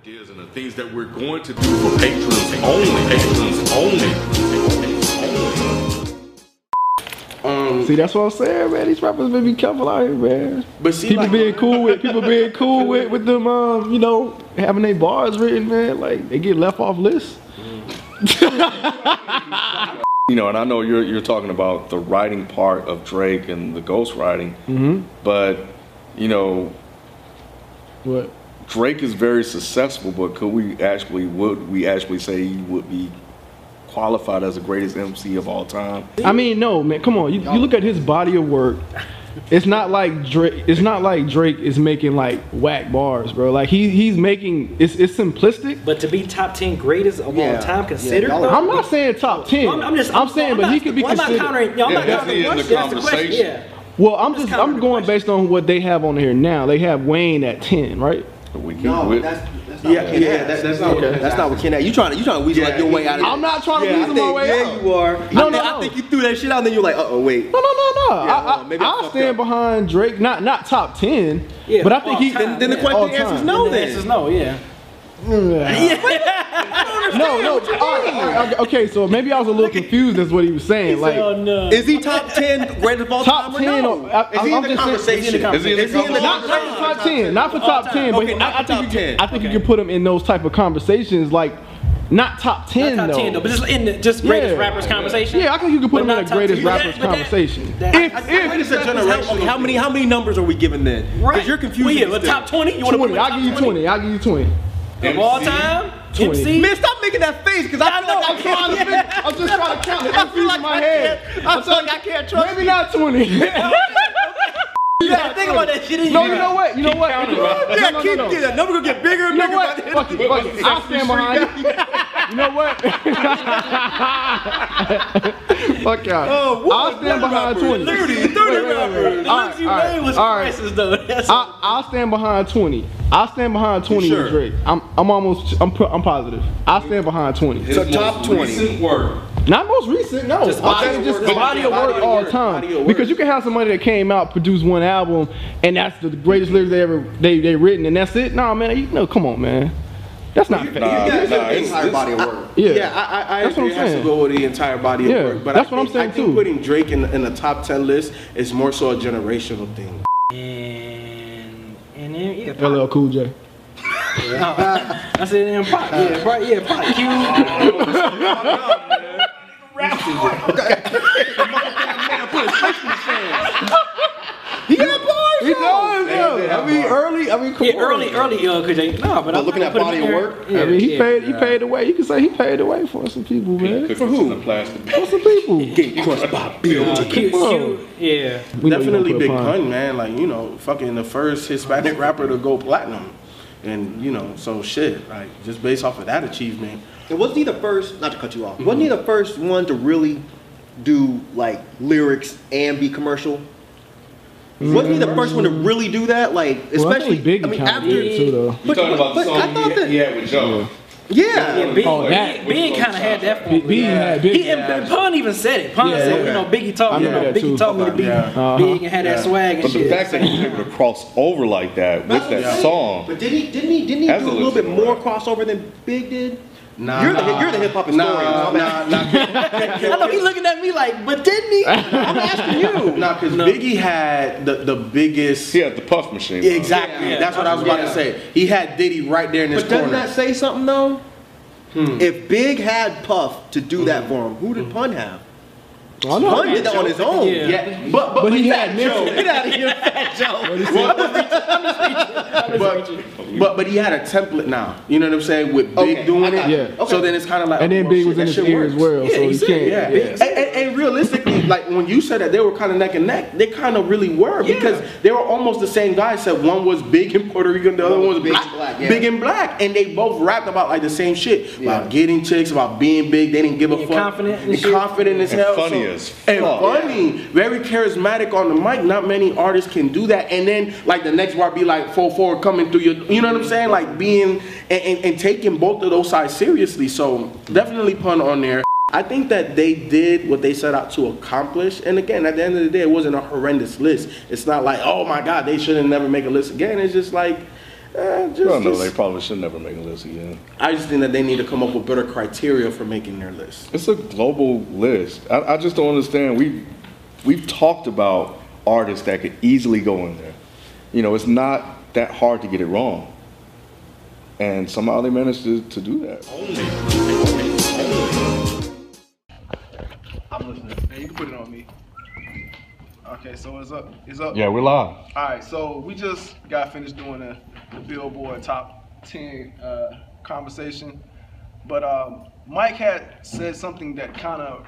ideas and the things that we're going to do for patrons only, patrons only. Um, See, that's what I'm saying, man. These rappers better be careful out here, man. but see, People like, being cool with people being cool with with them, um, you know, having their bars written, man. Like they get left off lists. you know, and I know you're you're talking about the writing part of Drake and the ghost writing, Mm-hmm. but you know, What? Drake is very successful. But could we actually would we actually say he would be qualified as the greatest MC of all time? I mean, no, man. Come on, you, you look at his body of work. It's not like Drake. It's not like Drake is making like whack bars, bro. Like he he's making it's it's simplistic. But to be top ten greatest of Yeah. all time Yeah, considered, y'all are- bro, I'm not saying top ten. I'm, I'm just. saying, I'm but not- he could be well, I'm considered. not countering. No, I'm not Yeah, definitely countering the in the question. That's the question. conversation. Yeah. Well, I'm just kind of I'm the going based on what they have on here now. They have Wayne at ten, right? We can No, with- that's, that's not Yeah, what Ken yeah, asked. that- that's not what- That's not what Ken asked. You trying to you trying to weasel Yeah, like your he- way out of it. I'm not trying to yeah, I weasel my think- way yeah, out. you are. No, I, think, no, no. I think you threw that shit out, and then you're like, uh oh, wait. No, no, no, no. Yeah, I, well, I, maybe I I'll fucked stand up. behind Drake, not not top ten, Yeah, but I think all he. time. Then the Yeah, all question the answer is time. no. The answer is Then no. Yeah. No, no. all right, all right, okay, so maybe I was a little confused as what he was saying. Like oh no. is he top ten greatest of all top time or ten, no? or, I, Is he I'm in the just saying- conversation? Is he in the Is he in the conversation? Not, not for top ten, not for top ten, but Okay, I- not I, for think top you 10. can, I think you can put him in those type of conversations, like not top ten Not top ten though, but just in the just greatest Yeah. rappers conversation. yeah, I think you can But put him not in the top greatest 10. rappers But that- conversation. that- if I- if Wait a second, how, okay, how many how many numbers are we giving then? Right. Because you're confusing. Well, yeah, me but still. top twenty. You want to put him 20, in I'll give you top 20? 20. I'll give you 20. of all MC? time. 20. MC. Man, stop making that face because I, I feel know, like I I can't- can't. I'm, just trying to count. It's I feel confusing like my I head. can't. I feel like I can't trust. Maybe not 20. You gotta think about that shit. in no, your- you know what? You know what? counting, No, bro. Yeah, no, keep no, no. yeah, that number gonna get bigger and You know bigger. what? by the end Fuck of it, the- fuck it. I'll stand behind you. You know what? fuck y'all. Oh, what I'll stand another behind rapper? 20. Literally, Wait, wait, thirty wait, wait, wait. rappers. The All ones right, you all right, named was all right. prices though. That's I, I'll stand behind 20. I'll stand behind 20 sure? with Drake. I'm, I'm almost, I'm, pro- I'm positive. I'll stand behind 20. His So top most 20. recent work. Not most recent, no. Just I'm body saying of just work. the body of Body work of all work, body of time. work. Because you can have somebody that came out, produced one album, and that's the greatest lyrics they ever they they written, and that's it. Nah, man, you know, come on, man, that's not fair. Nah, Yeah, nah, the it's- entire body of work. yeah. yeah I, I, I That's what agree. I'm It has to saying. go with the entire body Yeah, of work. But that's I what I'm think, saying, I think too. putting Drake in, in the top ten list is more so a generational thing. And and then yeah, Pac. LL Cool J. I said and Pac. Yeah, Pac. Yeah, Pac. Q. He got bars. He does. Yeah. I mean, early. I mean, come Yeah, on. early, early, uh, cause they no, but I'm looking gonna at put him body in of there. work, Yeah, I mean, he yeah. paid. He paid the way. You can say he paid the way for some people, man. For who? Plastic bag. For some people. We Uh, Q, Whoa. Q, yeah. know you gonna Definitely put Big Pun. Pun, man. Like you know, fucking the first Hispanic rapper to go platinum, and you know, so shit. Like just based off of that achievement, And wasn't he the first? Not to cut you off. Wasn't he the first one to really do like lyrics and be commercial? Mm-hmm. Wasn't he the first one to really do that? Like Well, I think especially, Big I mean, kinda after. did too, though. You talking about the but I song thought he had- that, he had with Joe? yeah. Yeah, Big, Oh, that- Big, Big kind of had that for Big- him. Big yeah. had Big- He, and, and Pun even said it. Pun Yeah, said, yeah. you know, Biggie taught me, you remember know, that Biggie too. taught me to be Yeah. Uh-huh. big and had that swag and But the shit. fact that he was able to cross over like that with that song, But didn't he? Didn't he? Didn't he That's do a a little bit little more bit crossover than Big did? nah. You're the you're the hip hop historian. Nah, so I'm nah, nah. I know he looking at me like, but didn't he? I'm asking you. Nah, because Biggie had the, the biggest. he had the puff machine. Yeah, exactly. Yeah. That's what I was about Yeah. to say. He had Diddy right there in his But doesn't corner. Hmm. that say something though? If Big had Puff to do that for him, who did Pun have? I know. Pun did that on his own. Yeah. yeah, but but, But he Fat had Joe. Nipsey. Get out of here, Fat Joe. But, but but he had a template now. You know what I'm saying with Big Okay, I doing got it. you. Yeah. So then it's kind of like And then oh, Big shit, was in that his shit ear works. as well, Yeah, so he you said, can't. Yeah, And, and- and realistically, like when you said that they were kind of neck and neck, they kind of really were because they were almost the same guy. Except one was big and Puerto Rican, the other one was big, black, and black, yeah. and they both rapped about like the same shit Yeah. about getting chicks, about being big. They didn't give a Being fuck, confident and and shit. confident as And hell, funny so- as and fuck. funny, very charismatic on the mic. Not many artists can do that. And then like the next bar be like full forward coming through your, you know what I'm saying? Like being and, and, and taking both of those sides seriously. So definitely pun on there. I think that they did what they set out to accomplish. And again, at the end of the day, it wasn't a horrendous list. It's not like, oh my God, they shouldn't never make a list again. It's just like eh, just, No, no, just- they probably should never make a list again. I just think that they need to come up with better criteria for making their list. It's a global list. I, I just don't understand. We we've talked about artists that could easily go in there. You know, it's not that hard to get it wrong. And somehow they managed to, to do that. I'm listening. Hey, you can put it on me. Okay, so it's up. It's up. Yeah, we're live. All right, so we just got finished doing the, the Billboard Top 10 uh, conversation, but um, Mike had said something that kind of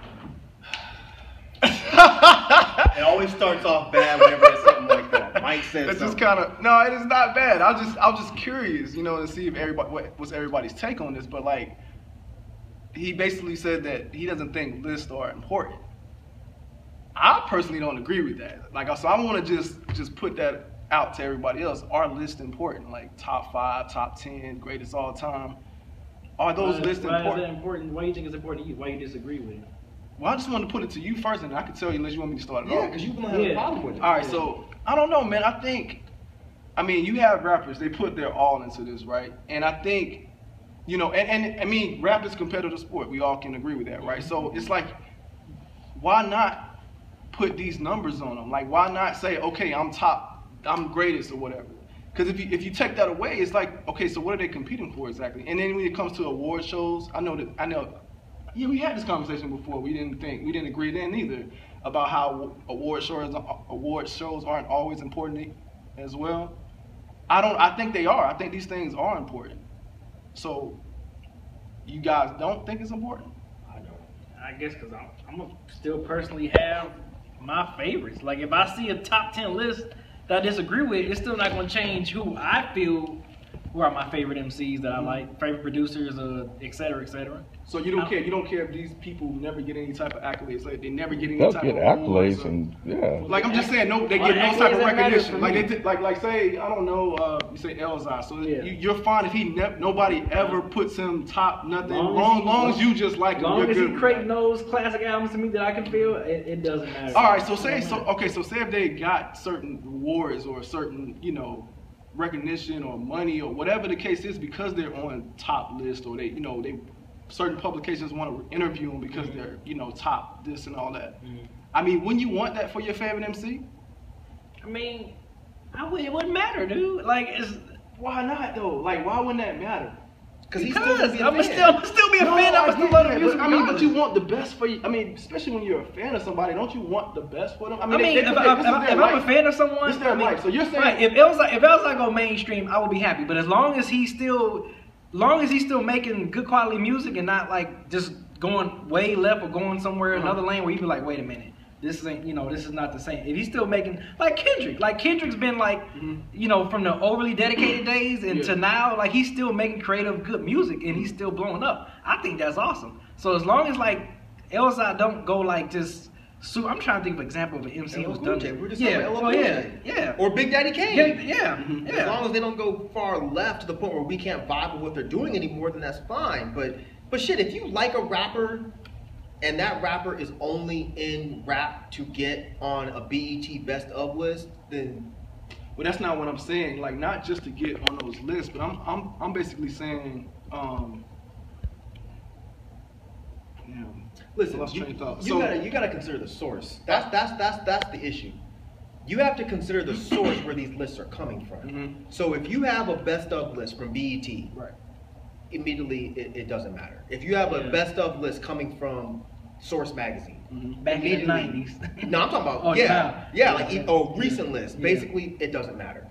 It always starts off bad whenever it's something like that. Mike says it's just something. kind of no, it is not bad. I just I was just curious, you know, to see if everybody what was everybody's take on this, but like he basically said that he doesn't think lists are important. I personally don't agree with that. Like, so I want to just just put that out to everybody else. Are lists important? Like top five, top ten, greatest all time. Are those why, lists why important? Is that important? Why you think it's important to you? Why you disagree with it? Well, I just want to put it to you first, and I can tell you unless you want me to start it Yeah, off. because you gonna have Yeah. a problem with it. All right, so I don't know, man. I think, I mean, you have rappers; they put their all into this, right? And I think, you know, and, and I mean, rap is competitive sport. We all can agree with that, right? So it's like, why not put these numbers on them? Like, why not say, okay, I'm top, I'm greatest, or whatever? Because if you if you take that away, it's like, okay, so what are they competing for exactly? And then when it comes to award shows, I know that I know yeah, we had this conversation before. We didn't think we didn't agree then either about how award shows award shows aren't always important as well. I don't. I think they are. I think these things are important. So, you guys don't think it's important? I don't. I guess because I'm, I'm gonna still personally have my favorites. Like if I see a top ten list that I disagree with, it's still not gonna change who I feel who are my favorite MCs that I Mm-hmm. like, favorite producers, uh, et cetera, et cetera. So you don't care. You don't care if these people never get any type of accolades. Like they never get any They'll type get of awards accolades or- and yeah. Like I'm just saying, no, they Well, get no type accolades of that matter for recognition. Like me. they did, like like say I don't know, uh, you say Elzai. So Yeah. you, you're fine if he nev- nobody ever puts him top nothing. Long as long, he- long as you just like As him, long you're as he good with creating that. those classic albums to me that I can feel, it, it doesn't matter. All right, so say It don't so. matter. Okay, so say if they got certain rewards or certain you know recognition or money or whatever the case is because they're on top list or they you know they certain publications want to interview them because they're you know top this and all that. I mean, wouldn't you want that for your favorite MC? I mean, I would, it wouldn't matter, dude. Like it's. Why not though? Like, why wouldn't that matter? Because he's still Because gonna be a I'm fan. still, I'm still be a fan. I'm still get love the that, music. but, I mean, but regardless. you want the best for you. I mean, especially when you're a fan of somebody, don't you want the best for them? I mean, they- they if, put I, their- this if, is I, their if I'm a life. fan of someone, This their I mean, life. So you're saying- right, if Elza if Elza go mainstream, I will be happy. But as long as he's still, long as he's still making good quality music and not like just going way left or going somewhere Uh-huh. another lane where you be like, wait a minute, this ain't you know this is not the same. If he's still making like Kendrick, like Kendrick's been like, Mm-hmm. you know, from the overly dedicated days and to now, like he's still making creative good music and he's still blowing up. I think that's awesome. So as long as like Elza don't go like just. So I'm trying to think of an example of an MC El who's done Cool J. that. We're just talking yeah. about El Oh, Cool yeah, J. yeah. Or Big Daddy Kane. yeah, yeah, Mm-hmm. yeah. As long as they don't go far left to the point where we can't vibe with what they're doing anymore, then that's fine. But but shit, if you like a rapper and that rapper is only in rap to get on a BET best of list, then But that's not what I'm saying. Like, not just to get on those lists, but I'm I'm I'm basically saying, um, damn, I listen, lost you, train of thought. you So- gotta you gotta consider the source. That's that's that's that's the issue. You have to consider the source where these lists are coming from. Mhm. So if you have a best of list from BET, right. immediately it, it doesn't matter. If you have a Yeah. best of list coming from Source Magazine, Mm-hmm. Back in the immediately- nineties. No, I'm talking about Oh, yeah, yeah. yeah, like e- oh, recent list. Yeah. Basically, it doesn't matter.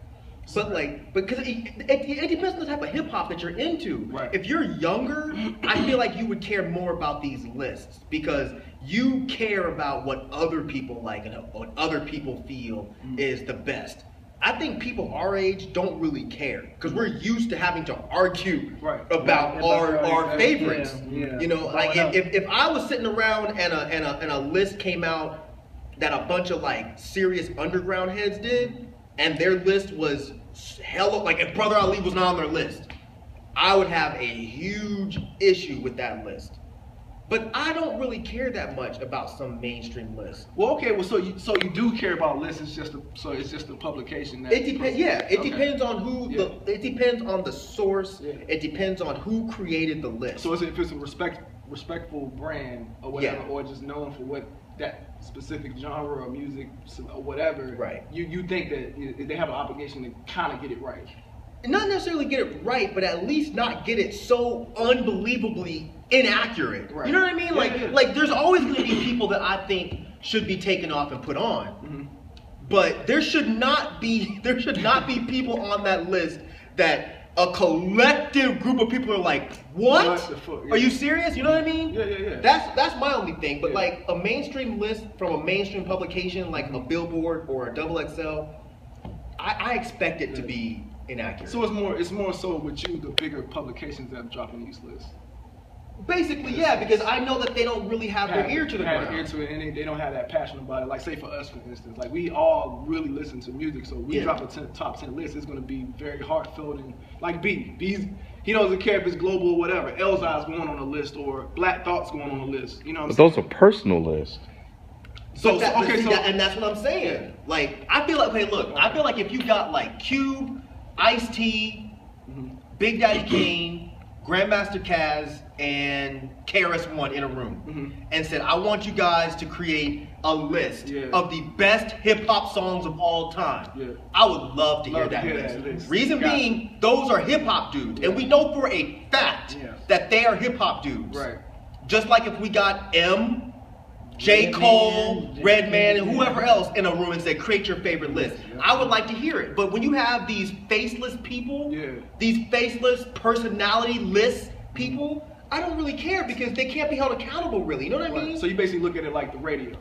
But like, because it, it, it depends on the type of hip hop that you're into. Right. If you're younger, I feel like you would care more about these lists because you care about what other people like and what other people feel is the best. I think people our age don't really care because we're used to having to argue Right. about Right. our About our our- favorites. yeah, yeah. You know, like Growing if, up. if, if I was sitting around and a, and a and a list came out that a bunch of like serious underground heads did, and their list was hella like if Brother Ali was not on their list, I would have a huge issue with that list. But I don't really care that much about some mainstream list. Well, okay. Well, so you so you do care about lists. It's just a, so it's just a publication. That It depends. Yeah, it Okay. depends on who the. It depends on the source. Yeah. It depends on who created the list. So it's, if it's a respect respectful brand or whatever, Yeah. or just known for what that specific genre or music s- or whatever, Right. You you think that y- they have an obligation to kind of get it right. not necessarily get it right, but at least not get it so unbelievably inaccurate. Right. You know what I mean? Yeah, like, yeah. like there's always going to be people that I think should be taken off and put on, Mm-hmm. but there should not be there should not be people on that list that a collective group of people are like, what? What the fuck? Are you serious? You know what I mean? Yeah, yeah, yeah. That's that's my only thing. But Yeah. like a mainstream list from a mainstream publication, like a Billboard or a Double XL, I, I expect it to be inaccurate. So it's more it's more so with you the bigger publications that are dropping these lists. Basically, yeah, because I know that they don't really have their ear to the have their ear ground. to it, and they, they don't have that passion about it. Like say for us, for instance, like we all really listen to music, so we Yeah. drop a 10, top ten list. It's gonna be very heartfelt and like B, B's. He doesn't care if it's global or whatever. Elzai's going on the list or Black Thought's going on the list. You know what I'm But saying? those are personal lists. So, But that- so- but okay, see, so that- and that's what I'm saying. Like, I feel like, okay, look, I feel like if you got like Cube, Ice T, Mm-hmm. Big Daddy Kane, Grandmaster Caz, and KRS One in a room, Mm-hmm. and said, I want you guys to create a list Yeah. of the best hip hop songs of all time. Yeah. I would love to hear Love to that hear list. that list. Reason Got it. being, those are hip hop dudes, and we know for a fact Yeah. that they are hip hop dudes. Right. Just like if we got M, J. Cole, Redman, and whoever else in a room and said, create your favorite list. I would like to hear it. But when you have these faceless people, Yeah. these faceless personality list people, I don't really care because they can't be held accountable, really. You know what I mean? Right. So you basically look at it like the radio,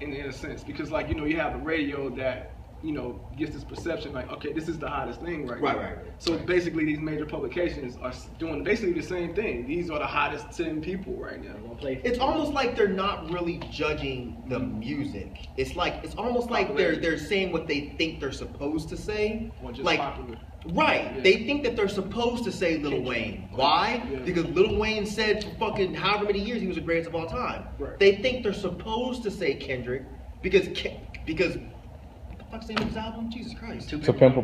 in, in a sense, because like you know you have the radio that you know gets this perception like okay this is the hottest thing right Right, now. right, right. So basically these major publications are s- doing basically the same thing. These are the hottest ten people right now. it's almost like they're not really judging the music. It's like it's almost like they're they're saying what they think they're supposed to say. Or just like popular. right, Yeah. they think that they're supposed to say Lil Wayne. Why? Yeah. Because Lil Wayne said for fucking however many years he was the greatest of all time. Right. They think they're supposed to say Kendrick because Ke- because what the fuck's the name of his album? Jesus Christ. To pimp a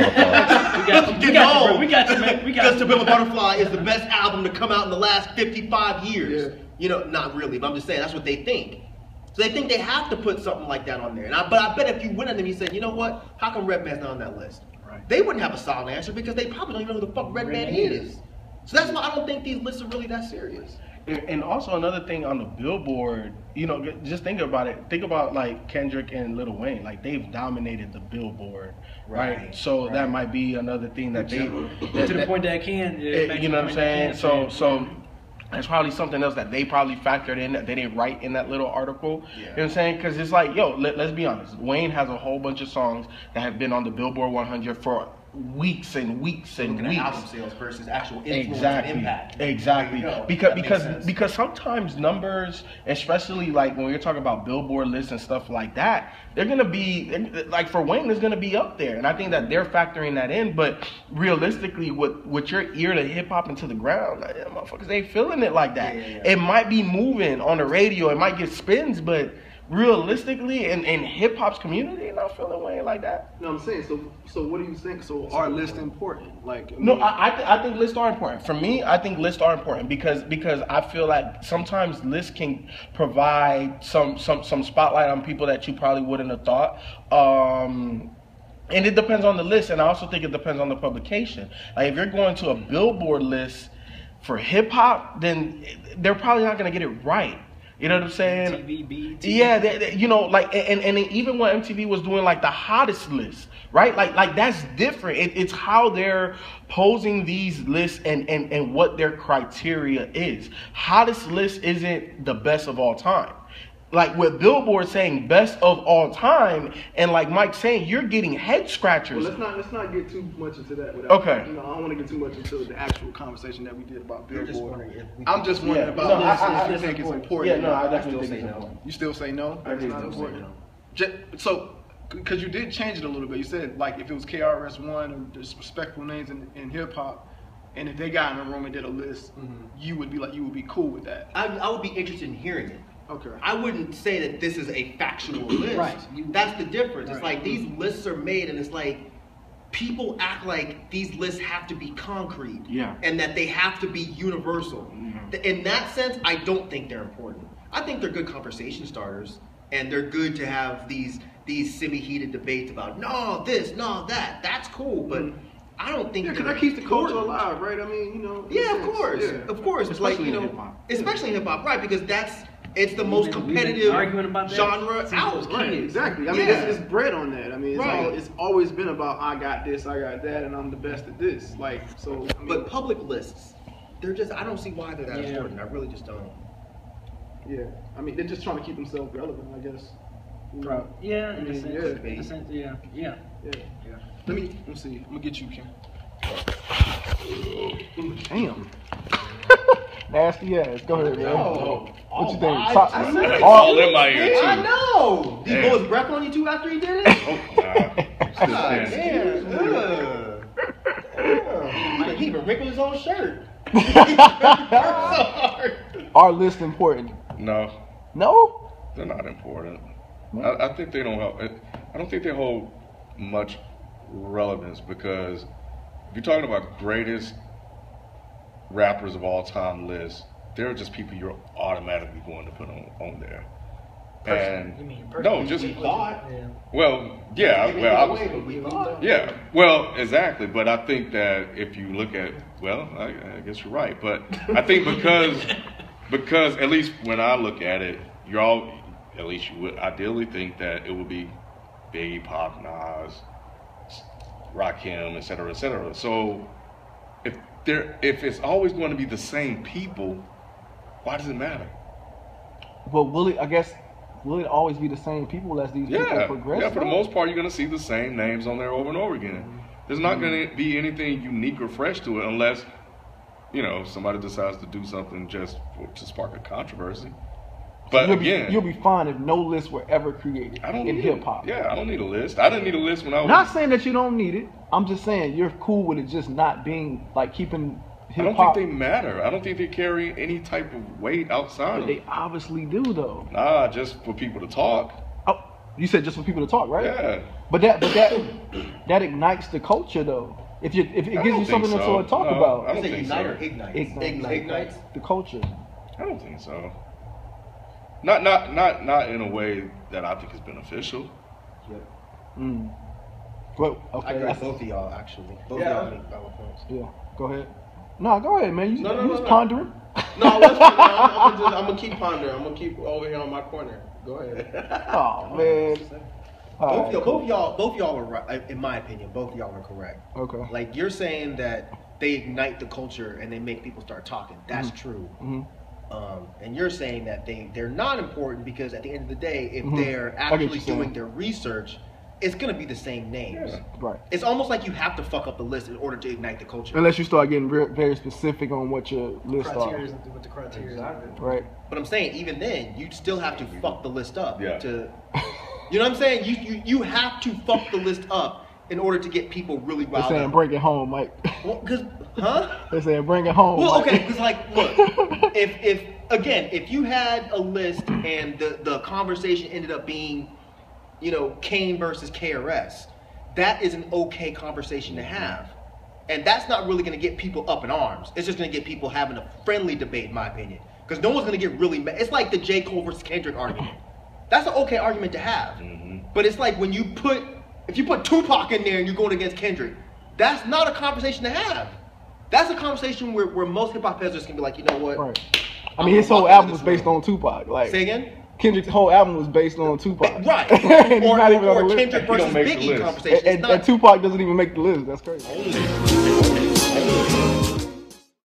butterfly. We got you. We got Get you, on. bro. We got you, man. We got Just you. to Build a Butterfly is the best album to come out in the last 55 years. Yeah. You know, not really, but I'm just saying that's what they think. So they think they have to put something like that on there. And I, but I bet if you went at them, you said, you know what? How come Redman's not on that list? Right. They wouldn't have a solid answer because they probably don't even know who the fuck Redman Redman is. So that's why I don't think these lists are really that serious. And and also another thing on the Billboard, you know, g- just think about it. Think about like Kendrick and Lil Wayne, like they've dominated the Billboard, right? Right, So that might be another thing that they, To that, the that- point that I can. yeah, eh, back to the you know what point that I I'm saying? can, So man. so that's probably something else that they probably factored in that they didn't write in that little article. You know what I'm saying? Because it's like, yo, let, let's be honest. Wayne has a whole bunch of songs that have been on the Billboard 100 for weeks and weeks and Looking at weeks. album sales versus actual influence Exactly. and impact. Exactly. There you go. Because That makes because sense. because sometimes numbers, especially like when we're talking about Billboard lists and stuff like that, they're gonna be like for Wayne is gonna be up there, and I think that they're factoring that in. But realistically, with with your ear to hip hop into the ground, like, yeah, motherfuckers ain't feeling it like that. Yeah, yeah, yeah. It might be moving on the radio, it might get spins, but realistically, in in hip hop's community, they not feeling Wayne like that. You know what I'm saying? So so what do you think? So are lists important? Like I No, mean, I I, th- I think lists are important. For me, I think lists are important because because I feel like sometimes lists can provide some some some spotlight on people that you probably wouldn't have thought. Um, and it depends on the list, and I also think it depends on the publication. Like if you're going to a Billboard list for hip hop, then they're probably not gonna get it right. You know what I'm saying? TV, BET. Yeah, they, they- you know, like and, and and even when MTV was doing like the hottest list, right? Like like that's different. It, it's how they're posing these lists and and and what their criteria is. Hottest list isn't the best of all time. Like with Billboard saying best of all time, and like Mike saying, you're getting head Well, scratchers. let's not let's not get too much into that. Without, Okay. You know, I don't want to get too much into the actual conversation that we did about You're Billboard. just wondering if we- I'm just wondering Yeah. about No, I- lists. I- if I you think it's important. or yeah, no, not. I still definitely say think it's no. important. You still say no? I It's do not still say important. no. Ju- so, because you did change it a little bit. You said, like, if it was KRS1 or disrespectful names in, in hip hop, And if they got in a room and did a list, you would be like, you would be cool with that. I, I would be interested in hearing it. Okay. I wouldn't say that this is a factual list. Right. That's the difference. It's like these lists are made, and it's like people act like these lists have to be concrete. Yeah. And that they have to be universal. Th- In that sense, I don't think they're important. I think they're good conversation starters, and they're good to have these these semi-heated debates about no this, no that. That's cool, but I don't Mm-hmm. think Yeah, because they're that keeps the culture important. alive, right? I mean, you know. in a Yeah, of sense, course, yeah. of course. It's like Especially you in know, hip-hop. especially hip hop, right? Because that's it's the We've most been- we've been competitive arguing about that genre since I was out. Right, period. exactly. I mean, yeah. it's, it's bred on that. I mean, it's, Right. all, it's always been about I got this, I got that, and I'm the best at this. Like, so. I mean, but public lists, they're just I don't see why they're that Yeah. important. I really just don't. yeah, I mean, they're just trying to keep themselves relevant, I guess. You know, Yeah, I in a mean, sense. yeah. In a sense, yeah. Yeah. Yeah. Yeah. Let me let me see. I'm gonna get you, Kim. Damn. Nasty ass. Go ahead, man. what you think? Top- all in Oh, my ear, too. Oh, I know. Did he Damn. blow his breath on you too after he did it? Oh, God. Still God standing. damn. ugh. Ugh. He even wrinkled his own shirt. Are lists important? No, No. they're not important. I, I think they don't help. I don't think they hold much relevance because if you're talking about greatest rappers of all time list, they're just people you're automatically going to put on, on there. and You mean no, person? just Thought. Yeah. well, yeah, well, I was, Away, but we thought. yeah, well, exactly. But I think that if you look at, well, I, I guess you're right. But I think because, because at least when I look at it, you're all, at least you would ideally think that it would be Biggie, Pop, Nas, Rakim, et cetera, et cetera. So if there, if it's always going to be the same people, why does it matter? But will it? I guess will it always be the same people as these Yeah, people progress? yeah. For the though? most part, you're gonna see the same names on there over and over again. There's not gonna Mm-hmm. be anything unique or fresh to it, unless you know somebody decides to do something just for, to spark a controversy. But you'll again, be, you'll be fine if no lists were ever created I don't in need hip hop. A, yeah, I don't need a list. I didn't need a list when I was. Not saying that you don't need it. I'm just saying you're cool with it just not being like keeping I hip don't hop. think they matter. I don't think they carry any type of weight outside But of. they obviously do though. Nah, just for people to talk. Oh, you said just for people to talk, right? Yeah. But that but that that ignites the culture though. If you if it I don't gives you think something to so. sort of talk No, I about, don't Is it think ignite so. or ignites? ignites, Ignites. the culture. I don't think so. Not not not not in a way that I think is beneficial. Mm. Well, I okay. agree with that's- both of y'all actually. Both Yeah. of y'all make valid points. yeah. Go ahead. No, go ahead, man. You, No, no, you no, was no. pondering. No, I was I'm, I'm, just, I'm gonna keep pondering. I'm gonna keep over here on my corner. Go ahead. Oh man. All Both, right, y'all, both y'all, both y'all are right. In my opinion, both y'all are correct. Okay. Like you're saying that they ignite the culture and they make people start talking. That's true. Mhm. Um, and you're saying that they they're not important because at the end of the day, if Mhm. they're I get what actually you're saying. doing their research, it's gonna be the same names. Right. It's almost like you have to fuck up the list in order to ignite the culture. Unless you start getting very, very specific on what your list Criteria with the criteria. are, right? But I'm saying even then, you'd still have to fuck the list up. Yeah. To, you know what I'm saying? You, you you have to fuck the list up in order to get people really They're riled saying up. bring it home, Mike. Well, cause, huh? They're saying bring it home. Well, Mike. okay, because like, look, if if again, if you had a list and the the conversation ended up being, you know, Kane versus KRS, that is an okay conversation to have, and that's not really going to get people up in arms. It's just going to get people having a friendly debate, in my opinion, because no one's going to get really mad. It's like the J Cole versus Kendrick argument. That's an okay argument to have, Mm-hmm. but it's like when you put if you put Tupac in there and you're going against Kendrick, that's not a conversation to have. That's a conversation where, where most hip hop heads can be like, you know what? Right. I I'm mean, his gonna whole walk out album of was this based room. on Tupac. Like Say again? Kendrick's whole album was based on Tupac. Right. And he's or not even or, on the list. Kendrick He don't versus make the Biggie list. conversation. And, It's and- not and Tupac doesn't even make the list. That's crazy.